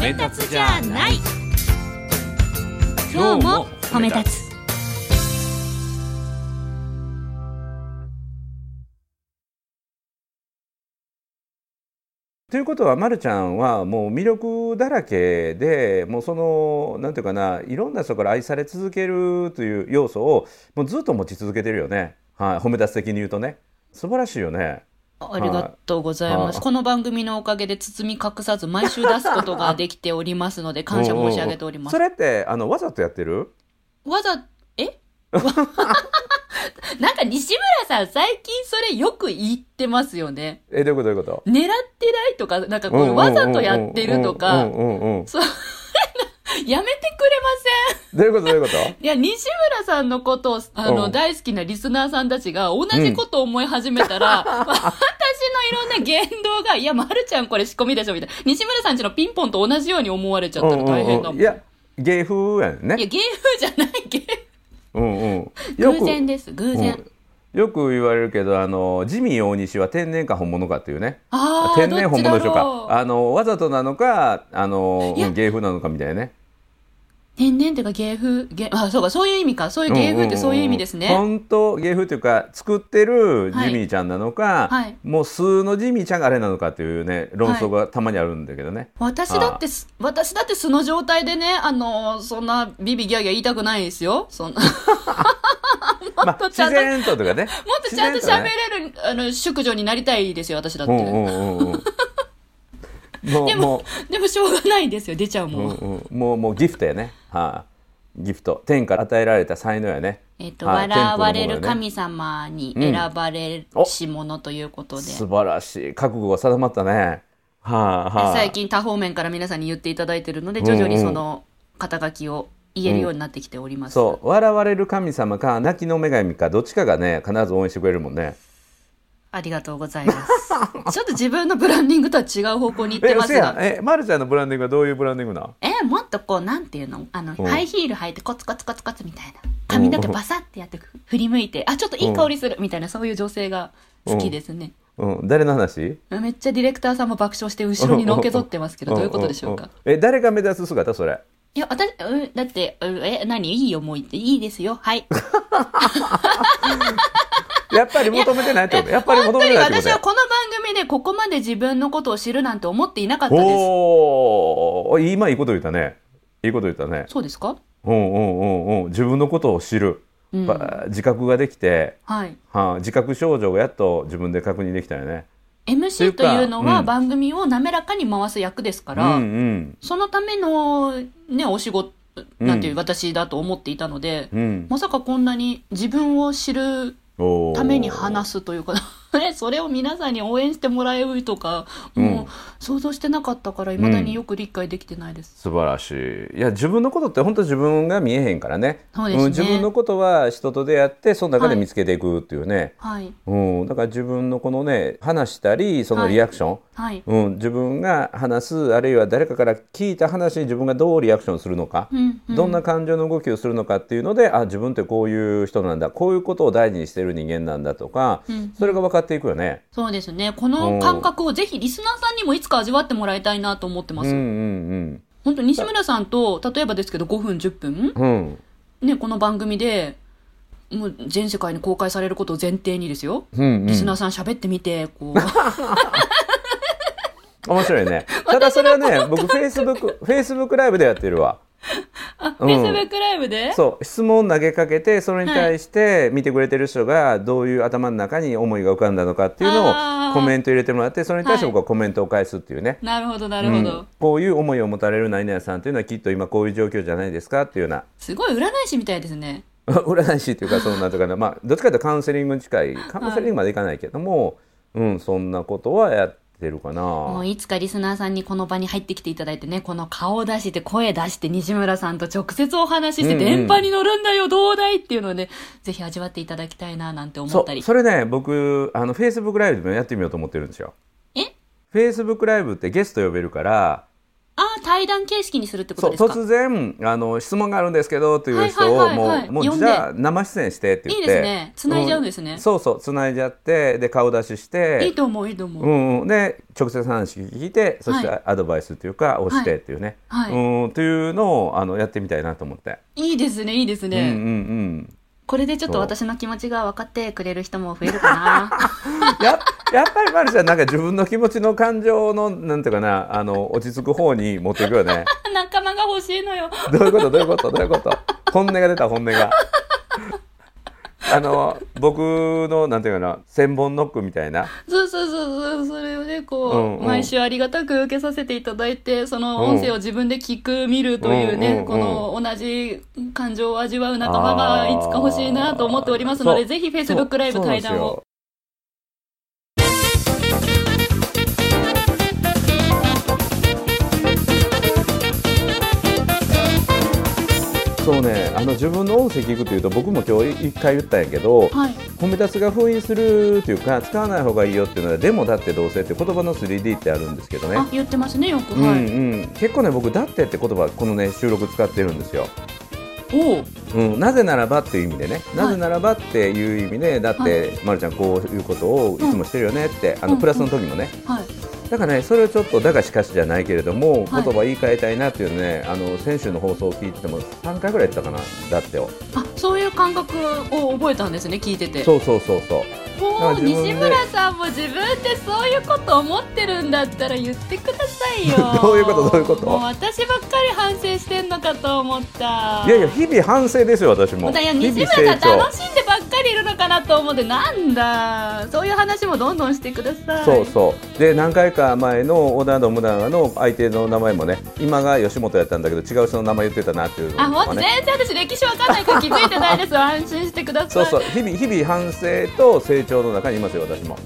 [SPEAKER 1] め立つじゃない今日も褒め立
[SPEAKER 2] つ
[SPEAKER 1] ということは、ま、るちゃんはもう魅力だらけでもうそのなんていうかないろんな人から愛され続けるという要素をもうずっと持ち続けてるよね、はい、褒め出す的に言うとね素晴らしいよね。
[SPEAKER 2] ありがとうござい
[SPEAKER 1] は
[SPEAKER 2] ま
[SPEAKER 1] い
[SPEAKER 2] す、この番組のおかげで包み隠さず毎週出すことができておりますので感謝申し上げております
[SPEAKER 1] それってあのわざとやってる
[SPEAKER 2] わざえなんか西村さん最近それよく言ってますよね
[SPEAKER 1] えどういうことどういうこと
[SPEAKER 2] 狙ってないとかなんか
[SPEAKER 1] うんうんうん
[SPEAKER 2] こ
[SPEAKER 1] う
[SPEAKER 2] うんわざとやってるとか
[SPEAKER 1] うんうんうんうん
[SPEAKER 2] そうやめてくれません
[SPEAKER 1] どういうことどういうこと
[SPEAKER 2] いや、西村さんのことを、あの、
[SPEAKER 1] うん
[SPEAKER 2] 大好きなリスナーさんたちが同じことを思い始めたら、 私のいろんな言動が、いや、まるちゃんこれ仕込みでしょ、みたいな。西村さんちのピンポンと同じように思われちゃったら大変だもん。
[SPEAKER 1] いや芸風やん
[SPEAKER 2] い
[SPEAKER 1] ね
[SPEAKER 2] や、芸風じゃない、芸
[SPEAKER 1] うんうんよ
[SPEAKER 2] 風。
[SPEAKER 1] く
[SPEAKER 2] 偶然です、偶然。
[SPEAKER 1] うんよく言われるけどあのジミー大西は天然か本物かっていうね
[SPEAKER 2] ああ、
[SPEAKER 1] 天然本物でしょう
[SPEAKER 2] どっちだ
[SPEAKER 1] か
[SPEAKER 2] ろう
[SPEAKER 1] あのわざとなのかあの
[SPEAKER 2] いや
[SPEAKER 1] うん芸風なのかみたいなね
[SPEAKER 2] 天然っていうか芸風、芸、あ、そうか、そういう意味か。そういう芸風ってそういう意味ですね。
[SPEAKER 1] 本当芸風というか作ってるジ
[SPEAKER 2] はい
[SPEAKER 1] ミーちゃんなのか、
[SPEAKER 2] はい
[SPEAKER 1] もう素のジミーちゃんがあれなのかっていうね論争がたまにあるんだけどね、
[SPEAKER 2] 私だってす、私だって素の状態でね、あの、そんなビビギャーギャー言いたくないですよ。そんな。
[SPEAKER 1] まあ
[SPEAKER 2] とちゃ
[SPEAKER 1] 自
[SPEAKER 2] ん
[SPEAKER 1] 然と
[SPEAKER 2] と
[SPEAKER 1] とかね
[SPEAKER 2] もっとちゃんと喋
[SPEAKER 1] る
[SPEAKER 2] れる、あの、淑女になりたいですよ、私だって。
[SPEAKER 1] うんうんうんうん も
[SPEAKER 2] で
[SPEAKER 1] うも
[SPEAKER 2] も、でもしょうがないですよ、出ちゃう
[SPEAKER 1] う、う
[SPEAKER 2] も
[SPEAKER 1] ん
[SPEAKER 2] ん。
[SPEAKER 1] うん、もうもうギフトやねはい、ギフト天から与えられた才能やね
[SPEAKER 2] えっと、
[SPEAKER 1] はい
[SPEAKER 2] 笑われ
[SPEAKER 1] 天賦のもの
[SPEAKER 2] る
[SPEAKER 1] ね
[SPEAKER 2] 神様に選ばれ
[SPEAKER 1] うんお
[SPEAKER 2] し者ということで、
[SPEAKER 1] 素晴らしい覚悟が定まったねはいはい、
[SPEAKER 2] 最近多方面から皆さんに言っていただいてるので徐々にその肩書きを言えるようになってきております、
[SPEAKER 1] そう笑われる神様か泣きの女神かどっちかがね必ず応援してくれるもんね
[SPEAKER 2] ありがとうございますちょっと自分のブランディングとは違う方向に行ってます
[SPEAKER 1] え嘘やん
[SPEAKER 2] が
[SPEAKER 1] えまるちゃんのブランディングはどういうブランディングなん
[SPEAKER 2] えもっとこうなんていうのあの、
[SPEAKER 1] うん
[SPEAKER 2] ハイヒール履いてコツコツコツコツみたいな髪の毛バサッてやってふ振り向いてあちょっといい香りするみたいなそういう女性が好きですね、
[SPEAKER 1] うん、誰の話
[SPEAKER 2] めっちゃディレクターさんも爆笑して後ろにのけぞってますけどどういうことでしょう
[SPEAKER 1] ん
[SPEAKER 2] か、
[SPEAKER 1] んんえ誰が目指す姿それ
[SPEAKER 2] いや、私、うんだって、うんえ、何いいよ、もう言って。いいです よ。はい。
[SPEAKER 1] やっぱり求めてないってことやっぱり求
[SPEAKER 2] 本
[SPEAKER 1] め
[SPEAKER 2] 当
[SPEAKER 1] て
[SPEAKER 2] に
[SPEAKER 1] ないってこ
[SPEAKER 2] 私
[SPEAKER 1] と
[SPEAKER 2] は
[SPEAKER 1] や
[SPEAKER 2] この番組でここまで自分のことを知るなんて思っていなかったで
[SPEAKER 1] おー今いいこと言ったねいいこと言ったね
[SPEAKER 2] す。そうですか
[SPEAKER 1] うんうんうんうん自分のことを知る、
[SPEAKER 2] うん
[SPEAKER 1] ば自覚ができて、
[SPEAKER 2] はい。
[SPEAKER 1] はあ、自覚症状がやっと自分で確認できたよね
[SPEAKER 2] MC というの
[SPEAKER 1] う
[SPEAKER 2] は
[SPEAKER 1] ん
[SPEAKER 2] 番組を滑らかに回す役ですか
[SPEAKER 1] う
[SPEAKER 2] ら、
[SPEAKER 1] んうん
[SPEAKER 2] そのための、ね、お仕事、なんていううん私だと思っていたので、
[SPEAKER 1] うん
[SPEAKER 2] まさかこんなに自分を知る
[SPEAKER 1] おー
[SPEAKER 2] ために話すというか、 ね、それを皆さんに応援してもらえるとか、も
[SPEAKER 1] うん
[SPEAKER 2] う想像してなかったから、未だによく理解できてないです。
[SPEAKER 1] 素晴らしいいや自分のことって本当自分が見えへんからね
[SPEAKER 2] そうですね
[SPEAKER 1] ん、自分のことは人と出会ってその中で
[SPEAKER 2] はい
[SPEAKER 1] 見つけていくっていうね、
[SPEAKER 2] はい。
[SPEAKER 1] うん、だから自分のこのね話したりそのリアクション、
[SPEAKER 2] はい。
[SPEAKER 1] うん、自分が話すあるいは誰かから聞いた話に自分がどうリアクションするのか、
[SPEAKER 2] うん、うん。
[SPEAKER 1] どんな感情の動きをするのかっていうのであ自分ってこういう人なんだこういうことを大事にしてる人間なんだとか、
[SPEAKER 2] うん
[SPEAKER 1] それが分かっていくよね。
[SPEAKER 2] そうですね。こ
[SPEAKER 1] う
[SPEAKER 2] の
[SPEAKER 1] ん
[SPEAKER 2] 感覚をぜひリスナーさんにもいつか味わってもらいたいなと思ってま
[SPEAKER 1] うんう
[SPEAKER 2] す。
[SPEAKER 1] ん
[SPEAKER 2] 本当西村さんと、例えばですけど5分、10分、
[SPEAKER 1] うんうん
[SPEAKER 2] ね、この番組で、もう全世界に公開されることを前提にですよ。
[SPEAKER 1] うんう
[SPEAKER 2] リス
[SPEAKER 1] ん、
[SPEAKER 2] ナーさん喋ってみて、こ う。
[SPEAKER 1] 面白い ね。ただそれはね、僕 Facebook Facebook ライブでやってるわ。
[SPEAKER 2] あ、
[SPEAKER 1] うん
[SPEAKER 2] Facebook ライブで
[SPEAKER 1] そう質問投げかけてそれに対して見てくれてる人がどういう頭の中に思いが浮かんだのかっていう
[SPEAKER 2] あ
[SPEAKER 1] の
[SPEAKER 2] ー
[SPEAKER 1] をコメント入れてもらってそれに対して
[SPEAKER 2] はい
[SPEAKER 1] 僕はコメントを返すっていうね、
[SPEAKER 2] なるほど、なるほど。
[SPEAKER 1] うんこういう思いを持たれる何々さんというのはきっと今こういう状況じゃないですかっていうような
[SPEAKER 2] すごい占い師みたいですね。
[SPEAKER 1] 占い師というかそのなんとかな、まあ、どっちかというとカウンセリングに近いカウンセリングまでいかないけども、うん、そんなことはやってるか
[SPEAKER 2] も
[SPEAKER 1] な
[SPEAKER 2] う。いつかリスナーさんにこの場に入ってきていただいてね、この顔を出して、声出して、西村さんと直接お話しして、
[SPEAKER 1] うんうん
[SPEAKER 2] 電波に乗るんだよ、どうだいっていうのをね、ぜひ味わっていただきたいな、なんて思
[SPEAKER 1] そ
[SPEAKER 2] ったり。
[SPEAKER 1] それね僕あの Facebook ライブでもやってみようと思ってるんですよ。
[SPEAKER 2] え
[SPEAKER 1] Facebook ライブってゲスト呼べるから
[SPEAKER 2] ああ、対談形式にするってこ
[SPEAKER 1] そ
[SPEAKER 2] と
[SPEAKER 1] う
[SPEAKER 2] ですか
[SPEAKER 1] 突然あの質問があるんですけどという人
[SPEAKER 2] は
[SPEAKER 1] を
[SPEAKER 2] いはいはい
[SPEAKER 1] も
[SPEAKER 2] はいう
[SPEAKER 1] も
[SPEAKER 2] 呼
[SPEAKER 1] うんじ
[SPEAKER 2] で
[SPEAKER 1] ゃあ生出演してって言って
[SPEAKER 2] いいですね繋いじゃうんですね
[SPEAKER 1] そうそう繋いじゃってで顔出しして
[SPEAKER 2] いいと思う、いいと思う。
[SPEAKER 1] うんうん、で直接話聞いてそして
[SPEAKER 2] は
[SPEAKER 1] アドバイスというかをしてっていうね、
[SPEAKER 2] はい
[SPEAKER 1] うんというのをあのやってみたいなと思って、
[SPEAKER 2] いいですね、いいですね。
[SPEAKER 1] うんうん
[SPEAKER 2] これでちょっと私の気持ちが分かってくれる人も増える か
[SPEAKER 1] うん、ややっぱりマルちゃんなんか自分の気持ちの感情のなんていうかなあの落ち着く方に持っていくよね
[SPEAKER 2] な。仲間が欲しいのよ。
[SPEAKER 1] どういうことどういうことどういうこと本音が出た本音が。あの僕のなんていうかな千本ノックみたいな
[SPEAKER 2] そうそうそうそう、それをね、こう、
[SPEAKER 1] うんうん
[SPEAKER 2] 毎週ありがたく受けさせていただいて、その音声を自分で聞く、見るというね、
[SPEAKER 1] うんうんうん
[SPEAKER 2] この同じ感情を味わう仲間がいつか欲しいなと思っておりますの
[SPEAKER 1] あ
[SPEAKER 2] で、
[SPEAKER 1] ー
[SPEAKER 2] ぜひ Facebook ライブ
[SPEAKER 1] そうそうなんで
[SPEAKER 2] 対
[SPEAKER 1] すよ
[SPEAKER 2] 談を。
[SPEAKER 1] そうねあの自分の音声聞くというと僕も今日一回言ったんやけど、
[SPEAKER 2] はい。
[SPEAKER 1] 褒め立つが封印するというか使わない方がいいよっていうのはでもだってどうせって言葉の 3D ってあるんですけどね、
[SPEAKER 2] あ、言ってますね、よく。
[SPEAKER 1] うん
[SPEAKER 2] はい。
[SPEAKER 1] うん、結構ね僕だってって言葉このね収録使ってるんですよ、
[SPEAKER 2] おう
[SPEAKER 1] うん、なぜならばっていう意味でね、
[SPEAKER 2] い
[SPEAKER 1] なぜならばっていう意味でだって、
[SPEAKER 2] は
[SPEAKER 1] ま、るちゃんこういうことをいつもしてるよねって、あ
[SPEAKER 2] うんう
[SPEAKER 1] の
[SPEAKER 2] ん
[SPEAKER 1] プラスの時もね、
[SPEAKER 2] はい。
[SPEAKER 1] だからねそれをちょっとだがしかしじゃないけれども、
[SPEAKER 2] はい
[SPEAKER 1] 言葉言い換えたいなっていうのねあの先週の放送を聞いてても3回ぐらい言ったかなだってを
[SPEAKER 2] あ、そういう感覚を覚えたんですね、聞いてて。
[SPEAKER 1] そうそうそうそう
[SPEAKER 2] も
[SPEAKER 1] なん
[SPEAKER 2] う
[SPEAKER 1] か自分で
[SPEAKER 2] 西村さんも自分でそういうこと思ってるんだったら言ってくださいよ
[SPEAKER 1] どういうことどういうこと
[SPEAKER 2] もう私ばっかり反省してんのかと思った
[SPEAKER 1] いやいや日々反省ですよ私も
[SPEAKER 2] だから
[SPEAKER 1] 日
[SPEAKER 2] 西
[SPEAKER 1] 々
[SPEAKER 2] 村
[SPEAKER 1] 成
[SPEAKER 2] さ
[SPEAKER 1] 長
[SPEAKER 2] ん楽しんでばっかりいるのかなと思ってなんだそういう話もどんどんしてください
[SPEAKER 1] そうそうで何回か前の織田信長の相手の名前もね今が吉本やったんだけど違う人の名前言ってたなっていうのとか
[SPEAKER 2] あ
[SPEAKER 1] ね
[SPEAKER 2] もう全然私歴史わかんないから気づいてないです安心してくださ
[SPEAKER 1] そ
[SPEAKER 2] いう
[SPEAKER 1] そう日々日々反省と成長の中にいますよ私も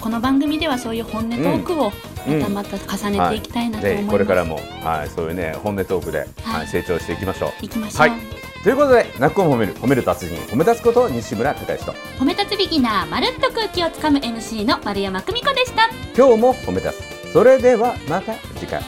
[SPEAKER 2] この番組ではそういう本音トークを
[SPEAKER 1] うん
[SPEAKER 2] またまた重ねていきたいなと思い
[SPEAKER 1] ぜ
[SPEAKER 2] ます、
[SPEAKER 1] ひこれからもはいそういうね本音トークで
[SPEAKER 2] はい
[SPEAKER 1] はい成長していきましょう
[SPEAKER 2] いきましょう、
[SPEAKER 1] はいということで「泣く子も褒める褒める達人褒め立つこと西村孝之と
[SPEAKER 2] 褒め立つビギナーまるっと空気をつかむ MC の丸山久美子でした
[SPEAKER 1] 今日も褒め立つそれではまた次回